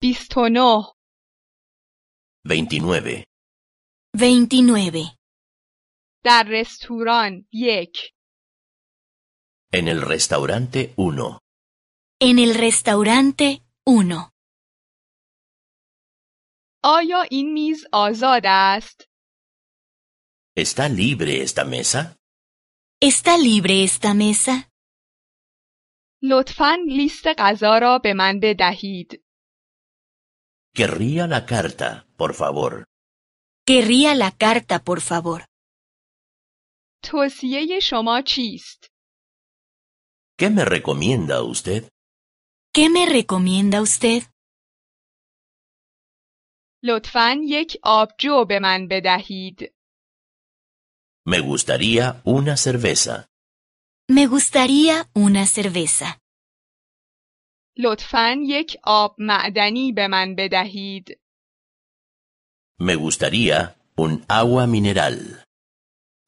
بیست و نه 29. 29. در رستوران یک En el restaurante 1. En el restaurante 1. آیا این میز آزاد است؟ ¿Está libre esta mesa? ¿Está libre esta mesa? لطفا لیست غذا را به من بدهید. Querría la carta, por favor. Querría la carta, por favor. توصیه شما چیست؟ ¿Qué me recomienda usted? ¿Qué me recomienda usted? لطفا یک آبجو به من بدهید. Me gustaría una cerveza. Me gustaría una cerveza. لطفا یک آب معدنی به من بدهید. Me gustaría un agua mineral.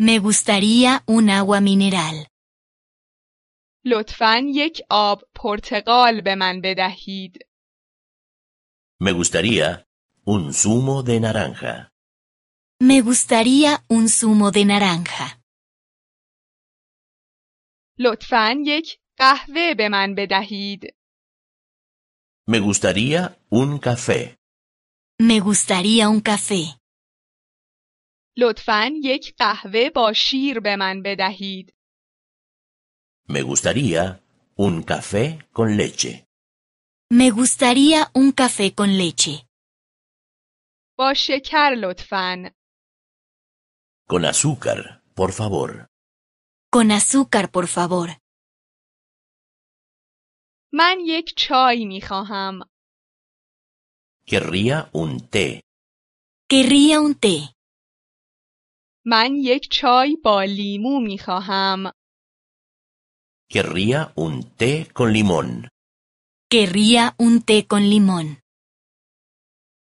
Me gustaría un agua mineral. لطفا یک آب پرتقال به من بدهید. Me gustaría un zumo de naranja. Me gustaría un zumo de naranja. لطفا یک قهوه به من بدهید. Me gustaría un café. Me gustaría un café. لطفا یک قهوه با شیر به من بدهید. Me gustaría un café con leche. Me gustaría un café con leche. با شکر لطفا. Con azúcar, por favor. Con azúcar, por favor. من یک چای می خواهم. Querría un té. Querría un té. من یک چای با لیمو می خواهم. Querría un té con limón. Querría un té con limón.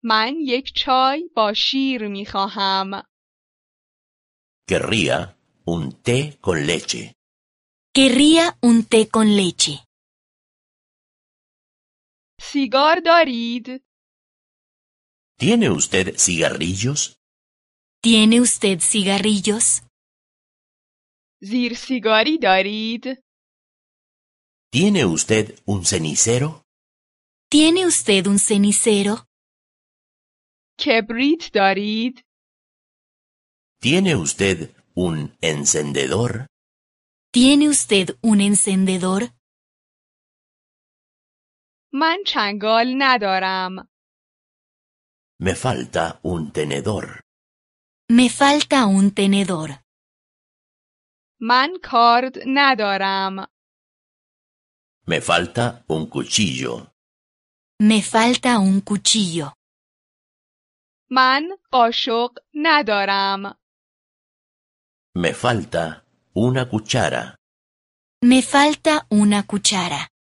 من یک چای با شیر می خواهم. Querría un té con leche. Querría un té con leche. سیگار دارید؟ ¿Tiene usted cigarrillos? ¿Tiene usted cigarrillos? زیر سیگاری دارید؟ ¿Tiene usted un cenicero? ¿Tiene usted un cenicero? کبریت دارید؟ ¿Tiene usted un encendedor? ¿Tiene usted un encendedor? من چنگال ندارم. Me falta un tenedor. Me falta un tenedor. من کارد ندارم. Me falta un cuchillo. Me falta un cuchillo. من قاشق ندارم. Me falta una cuchara. Me falta una cuchara.